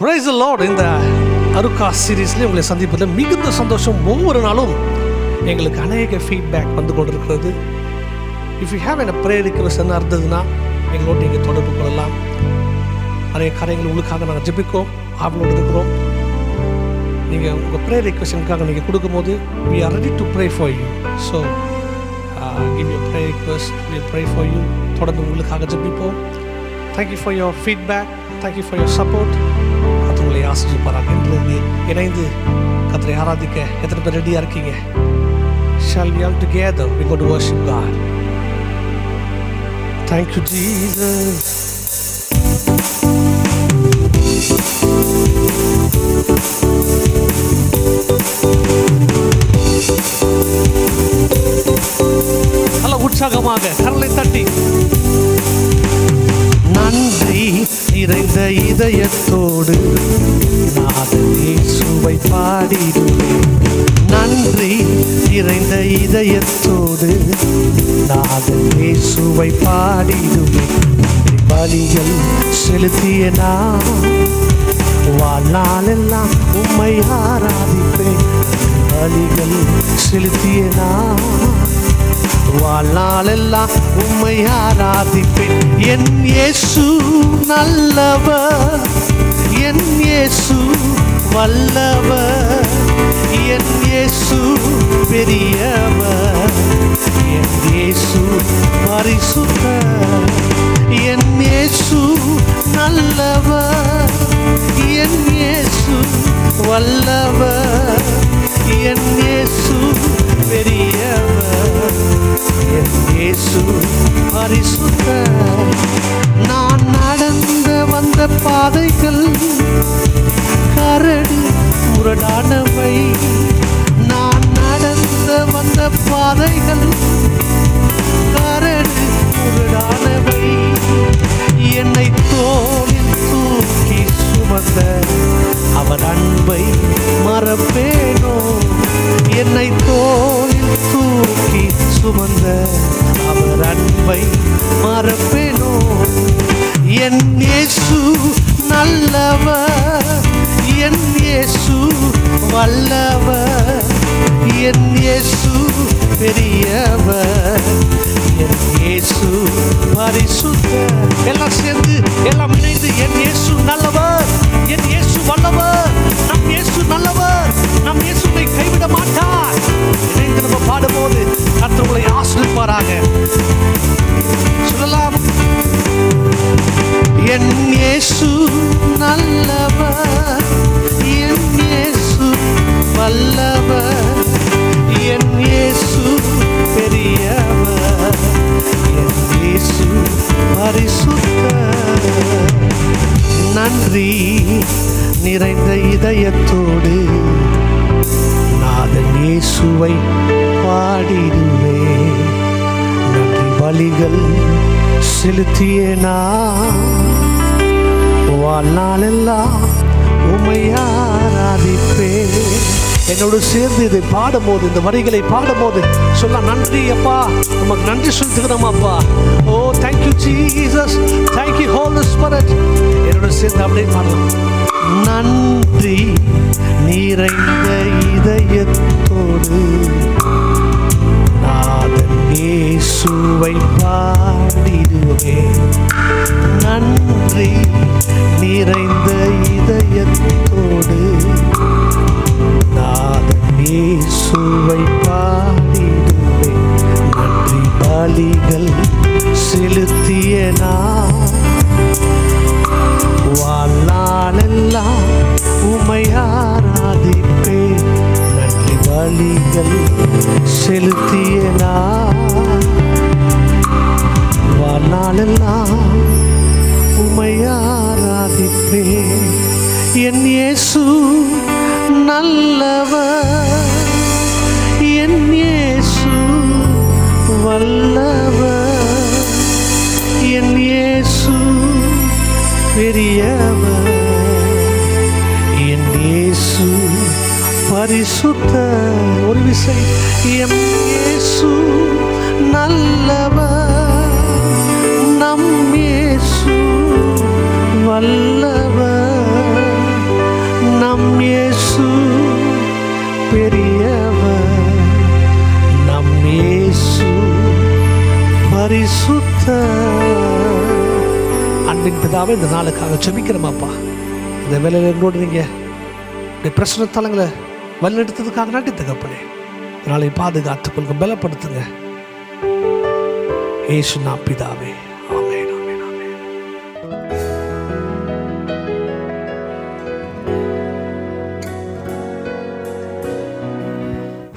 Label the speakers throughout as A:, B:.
A: Price Lord இந்த அருக்கா சீரீஸ்லேயே உங்களை சந்திப்பதில் மிகுந்த சந்தோஷம் ஒவ்வொரு நாளும் எங்களுக்கு அநேக ஃபீட்பேக் வந்து கொண்டிருக்கிறது இஃப் யூ ஹேவ் என்ன ப்ரேயர் ரிக்வஸ்ட் என்ன இருந்ததுன்னா எங்களோடு நீங்கள் தொடர்பு கொள்ளலாம் நிறைய காரியங்கள் உங்களுக்காக நாங்கள் ஜெபிக்கோம் ஆவலோடு இருக்கிறோம் நீங்கள் உங்கள் ப்ரேயர் ரிக்வஸ்டுக்காக நீங்கள் கொடுக்கும்போது we are ready to pray for you so give you pray request we pray for you தொடர்ந்து உங்களுக்காக ஜெபிப்போம் thank you for your feedback thank you for your support அது உங்களை ஆசிரிப்பாராக என்று இணைந்து கத்தரை ஆராதிக்க எத்தனை பேர் ரெடியாக இருக்கீங்க shall we all together we got worship God thank you Jesus நல்ல உற்சாகமாக கரலை தட்டி நன்றி நிறைந்த இதயத்தோடு நாதனே சுவை பாடிடுவேன் நன்றி நிறைந்த இதயத்தோடு நாதனே சுவை பாடிடுவேன் பலிகள் செலுத்திய நான் வாழ்நாளெல்லாம் உம்மை ஆராதிப்பேன் பலிகள் செலுத்திய நான் வாழ்நாளெல்லாம் உம்மை ஆராதிப்பேன் என் இயேசு நல்லவர் என் இயேசு வல்லவர் என் இயேசு பெரியவர் என் இயேசு பரிசுத்தர் என் இயேசு நல்லவர் என் இயேசு வல்லவர் என் இயேசு பெரியவர் என் இயேசு பரிசுத்தர் நான் நடந்து வந்த பாதைகள் கரடு முரடானவை நான் நடந்து வந்த பாதைகள் கரடு முரடானவை என்னை தோளில் தூக்கி சுமந்த அவர் அன்பை மறப்பேனோ என்னை தோளில் தூக்கி சுமந்த அவர் அன்பை மறப்பேனோ என் இயேசு நல்லவர் என் இயேசு வல்லவர் என் இயேசு பெரியவர் என் இயேசு பரிசுத்தர் எல்லாம் சேர்ந்து எல்லாம் இணைந்து என் இயேசு நல்லவர் என் இயேசு வல்லவர் நம் இயேசு நல்லவர் நம் இயேசு உன்னை கைவிட மாட்டார் இணைந்து நம்ம பாடும்போது கர்த்தர் உங்களை ஆசிரிப்பாராக சொல்லலாம் என் இயேசு நல்லவர் என் இயேசு வல்லவர் என் இயேசு பெரியவர் என் இயேசு பரிசுத்தர் நன்றி நிறைந்த இதயத்தோடு நாதன் இயேசுவை பாடிடுவேன் நன்றி பலிகள் செலுத்திய நான் வாழ்நாளெல்லாம் உம்மை ஆராதிப்பேன் என்னோடு சேர்ந்து இதை பாடும்போது இந்த வரிகளை பாடும்போது சொல்ல நன்றி அப்பா நமக்கு நன்றி சொல்லுகிறோம் அப்பா oh thank you Jesus thank you whole spirit என்னோட சேர்ந்து அப்படியே பாடலாம் நன்றி நிறைந்த இதயத்தோடு நாதன் இயேசுவை பாடிடுவேன் நன்றி நிறைந்த இதயத்தோடு நாதன் இயேசுவை பாடிடுவேன் நன்றி பலிகள் செலுத்திய நான் வாழ்நாளெல்லாம் உமை ஆராதிப்பேன் நன்றி பலிகள் செலுத்திய நான் வாழ்நாளெல்லாம் உமை ஆராதிப்பேன் என் இயேசு நல்லவர் என் இயேசு வல்லவர் என் இயேசு பெரியவர் என் இயேசு பரிசுத்த ஒரு விசை என் இயேசு நல்லவர் நம் இயேசு வல்லவர் பரிசுத்த அன்பின் பிதாவே இந்த நாளுக்காக செபிக்கிறோமாப்பா இந்த வேலையில் எங்களோடு நீங்கள் இந்த பிரச்சனை தலங்களை வழிநடத்ததுக்காக நாட்டி தகப்பனே நாளை பாதுகாத்து கொள்க பலப்படுத்துங்க ஏசு நாம் பிதாவே ஆமென் ஆமென் ஆமென்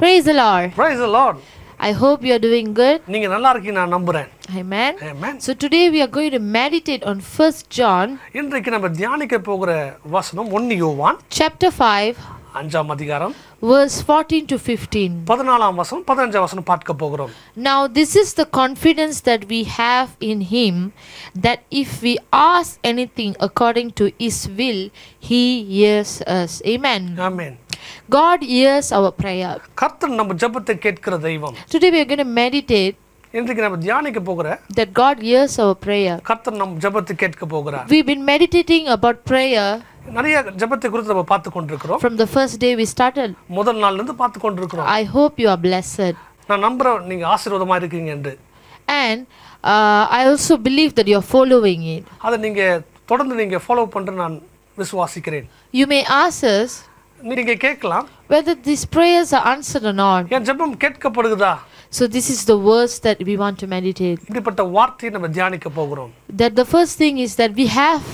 B: Praise the Lord.
A: Praise the Lord
B: I hope you are doing good.
A: நீங்க நல்லா இருக்கீங்க நான் நம்புறேன்
B: Amen.
A: Amen.
B: So today we are going to meditate on 1 John
A: இன்றைக்கு நம்ம தியானிக்க போகிற வசனம் ஒன்னு யோவான்
B: chapter 5
A: அஞ்சாம் அதிகாரம்
B: verse 14 to 15.
A: பதினாலாம் வசனம் பதினஞ்சாம் வசனம் பார்க்க போகிறோம்
B: Now this is the confidence that we have in him that if we ask anything according to his will he hears us. Amen.
A: Amen
B: God hears our prayer.
A: கர்த்தர் நம்ம ஜெபத்தை கேட்கிற தெய்வம்
B: Today we are going to meditate
A: இன்றைக்கு நம்ம தியானிக்க போகிற
B: that God hears our prayer.
A: கர்த்தர் நம் ஜெபத்தை கேட்க போகிறார்
B: We've been meditating about prayer
A: நிறைய ஜெபத்தை குறித்து நம்ம பார்த்து கொண்டிருக்கிறோம்
B: from the first day we started.
A: முதல் நாள்ல இருந்து பார்த்து கொண்டிருக்கிறோம்
B: I hope you are blessed.
A: நான் நம்புறேன் நீங்க ஆசீர்வாதமா இருக்கீங்க என்று
B: And uh, I also believe that you're following it.
A: அதை நீங்க தொடர்ந்து நீங்க ஃபாலோ பண்ற நான் விசுவாசிக்கிறேன்
B: You may ask us
A: நீங்க கேட்கலாம்
B: whether these prayers are answered or not.
A: என் ஜெபம் கேட்கப்படுகிறதா
B: So, this is the words that we want to meditate.
A: இப்படிப்பட்ட வார்த்தையை நம்ம தியானிக்க போகிறோம்
B: That the first thing is that we have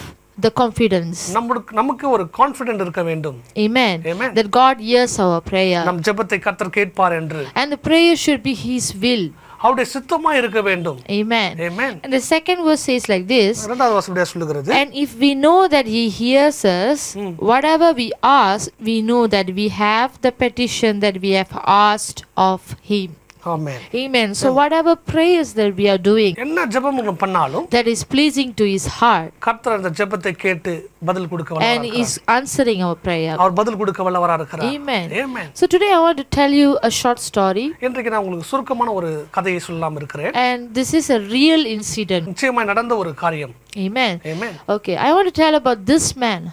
B: the confidence.
A: நம்மளுக்கு நமக்கு ஒரு கான்ஃபிடென்ட் இருக்க வேண்டும்
B: Amen.
A: Amen.
B: That God hears our prayer.
A: நம் ஜெபத்தை கர்த்தர் கேட்பார் என்று
B: And the prayer should be His will.
A: அவருடைய சித்தமா இருக்க வேண்டும்
B: Amen.
A: ஏமேன்
B: And the second verse says like this
A: இரண்டாவது வசனம் சொல்லுகிறது
B: And if we know that He hears us, whatever we ask, we know that we have the petition that we have asked of Him.
A: Amen
B: Amen. So, whatever prayers that we are doing
A: என்ன ஜெபம் நம்ம பண்ணாலும்
B: that is pleasing to His heart
A: கர்த்தர் அந்த ஜெபத்தை கேட்டு பதில் கொடுக்க
B: and
A: வல்லவரா
B: is answering our prayer.
A: அவர் பதில் கொடுக்க வல்லவரா இருக்கிறார்
B: Amen.
A: ஏமேன்
B: So, today I want to tell you a short story,
A: இன்றைக்கு நான் உங்களுக்கு சுருக்கமான ஒரு கதையை சொல்லாம இருக்கிறேன்
B: and this is a real incident.
A: நிச்சயமா நடந்த ஒரு காரியம்
B: Amen.
A: ஏமேன்
B: Okay, I want to tell about this man.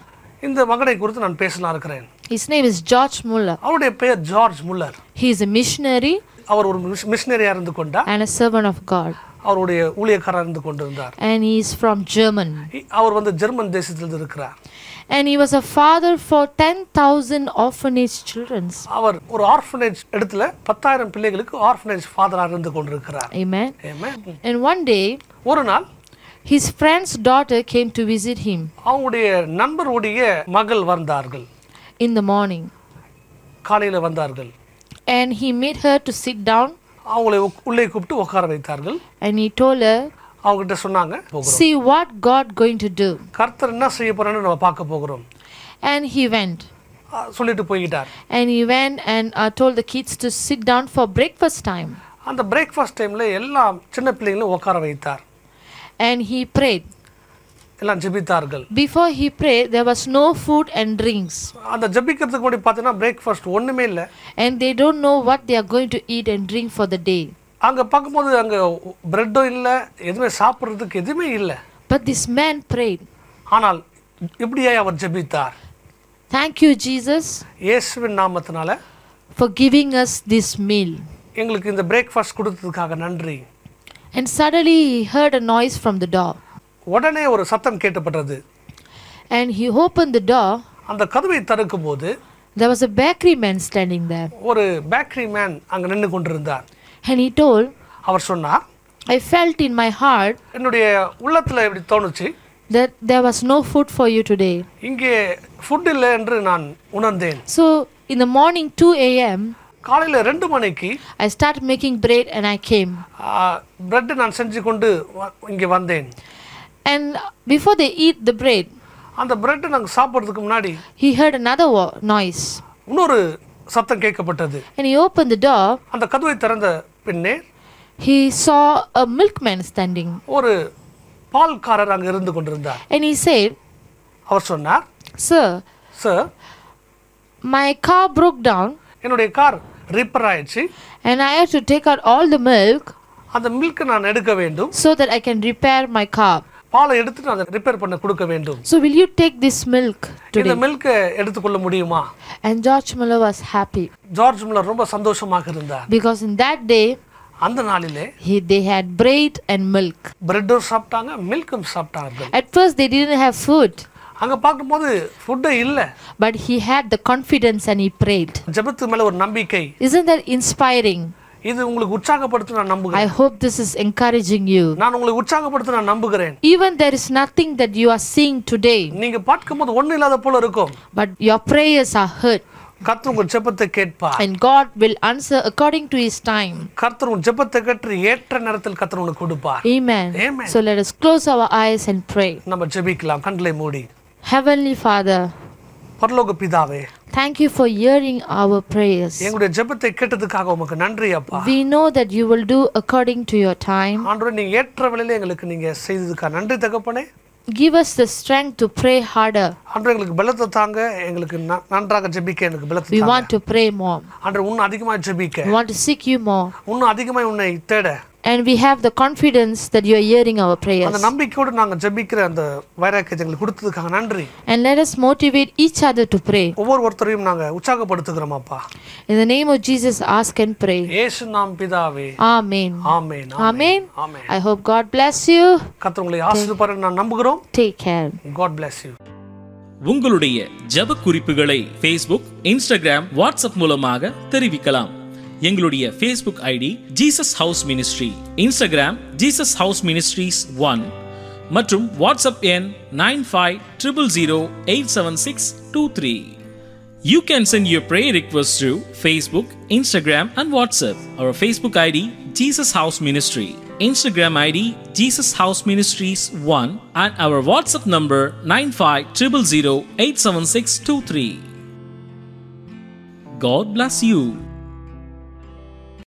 A: இந்த மகனை குறித்து நான் பேசலாம் இருக்கிறேன்
B: His name is George Muller.
A: அவருடைய பெயர் George Muller
B: He is a missionary
A: அவர் ஒரு மிஷ்- மிஷனரியா இருந்து கொண்டார்
B: and a servant of God,
A: அவருடைய ஊழியக்காரர் இருந்து கொண்டிருந்தார்
B: and he is from Germany.
A: இ- அவர் வந்து ஜெர்மன் தேசத்திலிருந்து இருக்கிறார்
B: And he was a father for 10,000 orphanage children.
A: அவர் ஒரு ஆர்ஃபனேஜ் இடத்துல பத்தாயிரம் பிள்ளைகளுக்கு ஆர்ஃபனேஜ் ஃபாதராக இருந்து கொண்டிருக்கிறார்
B: Amen.
A: Amen.
B: And one day,
A: ஒரு நாள்
B: his friend's daughter came to visit him.
A: அவங்களுடைய நண்பருடைய மகள் வந்தார்கள்
B: in the morning
A: காலையில வந்தார்கள்
B: and he made her to sit down
A: அவங்களை உக்- உள்ளே கூப்பிட்டு உட்கார வைத்தார்கள்
B: and he told her
A: அவங்ககிட்ட சொன்னாங்க "போகிறோம்."
B: see what god going to do
A: கர்த்தர் என்ன செய்ய போறான்னு நம்ம பார்க்க போகிறோம்
B: and he went
A: ஆ, சொல்லிட்டு போய்கிட்டார்
B: and he went and uh, told the kids to sit down for breakfast time
A: அந்த பிரேக்ஃபாஸ்ட் டைம்ல எல்லா சின்ன பிள்ளைங்களும் உட்கார வைத்தார்
B: and he prayed
A: எல்லாம் ஜெபித்தார்கள்
B: before he prayed there was no food and drinks
A: அந்த ஜெபிக்கிறதுக்கு முன்னாடி பார்த்தீங்கன்னா பிரேக்ஃபாஸ்ட் ஒண்ணுமே இல்லை
B: and they don't know what they are going to eat and drink for the day
A: அங்க பார்க்கும்போது அங்க பிரெட்டும் இல்லை எதுவுமே சாப்பிட்றதுக்கு எதுவுமே இல்லை
B: but this man prayed
A: ஆனால் இப்படியாய் அவர் ஜெபித்தார்
B: thank you jesus
A: இயேசுவின் நாமத்தினால
B: for giving us this meal
A: எங்களுக்கு இந்த பிரேக்ஃபாஸ்ட் கொடுத்ததுக்காக நன்றி
B: and suddenly he heard a noise from the door
A: உடனே ஒரு சத்தம் கேட்டப்பட்டது
B: and he opened the door
A: அந்த கதவை தடுக்கும்போது
B: There was a bakery man standing there,
A: ஒரு பேக்கரி மேன் அங்கே நின்று கொண்டிருந்தார்
B: and he told,
A: அவர் சொன்னார்
B: I felt in my heart
A: என்னுடைய உள்ளத்தில் இப்படி தோணுச்சு
B: that there was no food for you today.
A: இங்கே ஃபுட் இல்லை என்று நான் உணர்ந்தேன்
B: So in the morning, 2 a.m.,
A: காலையில் ரெண்டு மணிக்கு
B: I started making bread and I came.
A: Bread நான் செஞ்சு கொண்டு வ- இங்கே வந்தேன்
B: And before they eat the bread,
A: அந்த பிரெட்டு நாங்கள் சாப்பிட்றதுக்கு முன்னாடி
B: he heard another wo- noise.
A: இன்னொரு சத்தம் கேட்கப்பட்டது
B: And he opened the door.
A: அந்த கதவை திறந்த பின்னே
B: He saw a milkman standing.
A: ஒரு பால்காரர் அங்கே இருந்து கொண்டிருந்தார்
B: And he said,
A: அவர் சொன்னார்
B: Sir,
A: sir
B: my car broke down
A: என்னுடைய கார் ரிப்பேர் ஆயிடுச்சு
B: and I have to take out all the milk
A: அந்த மில்க்கை நான் எடுக்க வேண்டும்
B: so that I can repair my car.
A: பாலை எடுத்து நான் ரிப்பேர் பண்ண கொடுக்க வேண்டும்
B: So will you take this milk today?
A: இந்த மில்க்கை எடுத்துக்கொள்ள முடியுமா
B: And George Muller was happy
A: George Muller ரொம்ப சந்தோஷமாக இருந்தார்
B: because in that day
A: அந்த நாளிலே
B: He, they had bread and milk.
A: பிரெட்டும் சாப்பிட்டாங்க மில்க்கும் சாப்பிட்டார்கள்
B: At first, they didn't have food,
A: அங்கே பார்க்கும்போது ஃபுட்டே இல்லை
B: but he had the confidence and he prayed.
A: ஜெபத்துக்கு மேலே ஒரு நம்பிக்கை
B: Isn't that inspiring?
A: இது உங்களுக்கு உற்சாகப்படுத்த நான் நம்புகிறேன்
B: I hope this is encouraging you.
A: நான் உங்களை உற்சாகப்படுத்த நான் நம்புகிறேன்
B: Even there is nothing that you are seeing today,
A: நீங்க பார்க்கும்போது ஒன்றும் இல்லாத போல இருக்கும்
B: but your prayers are heard,
A: கர்த்தர் உங்கள் ஜெபத்தை கேட்பார்
B: and God will answer according to His time.
A: கர்த்தர் உங்கள் ஜெபத்தை கேட்டு ஏற்ற நேரத்தில் கர்த்தர் உங்களுக்கு கொடுப்பார்
B: Amen.
A: Amen.
B: So let us close our eyes and pray.
A: நம்ம ஜெபிக்கலாம் கண்களை மூடி
B: Heavenly Father,
A: பரலோக பிதாவே
B: thank you for hearing our prayers.
A: எங்களுடைய ஜெபத்தை கேட்டதுக்காக உமக்கு நன்றி அப்பா
B: We know that you will do according to your time.
A: ஆண்டவரே நீங்க ஏற்ற வேளையில எங்களுக்கு நீங்க செய்ததுக்காக நன்றி தகப்பனே
B: Give us the strength to pray harder.
A: ஆண்டவரே எங்களுக்கு பலத்தை தாங்க எங்களுக்கு ந- நன்றாக ஜெபிக்க எனக்கு பலத்தை
B: We
A: தாங்க.
B: want to pray more.
A: ஆண்டவரே இன்னும் அதிகமாக ஜெபிக்க
B: We want to seek you more.
A: இன்னும் அதிகமாக உன்னை தேட
B: And we have the confidence that you are hearing our
A: அந்த
B: prayers.
A: நம்பிக்கையோடு நாங்க ஜெபிக்கிற அந்த வைராக்கியத்தை எங்களுக்கு கொடுத்ததுக்காக நன்றி
B: And let us motivate each other to pray.
A: ஒவ்வொரு ஒருத்தரையும் நாங்க உற்சாகப்படுத்துகிறோம் அப்பா
B: In the name of Jesus, ask and pray.
A: இயேசு நாம் பிதாவே
B: Amen.
A: Amen
B: Amen.
A: Amen
B: I hope God bless you.
A: கர்த்தர் உங்களை ஆசீர்வாதம் நான் நம்புகிறோம்
B: Take care.
A: God bless you
C: உங்களுடைய ஜெப குறிப்புகளை ஃபேஸ்புக் இன்ஸ்டாகிராம் வாட்ஸ்அப் மூலமாக தெரிவிக்கலாம் எங்களுடைய Facebook ID Jesus House Ministry Instagram Jesus House Ministries one மற்றும் வாட்ஸ்அப் எண் nine five triple zero eight seven six two three You can send your prayer requests through Facebook, Instagram, and WhatsApp. Our Facebook ID, Jesus House Ministry. Instagram ID, Jesus House Ministries 1. And our WhatsApp number, 950087623. God bless you.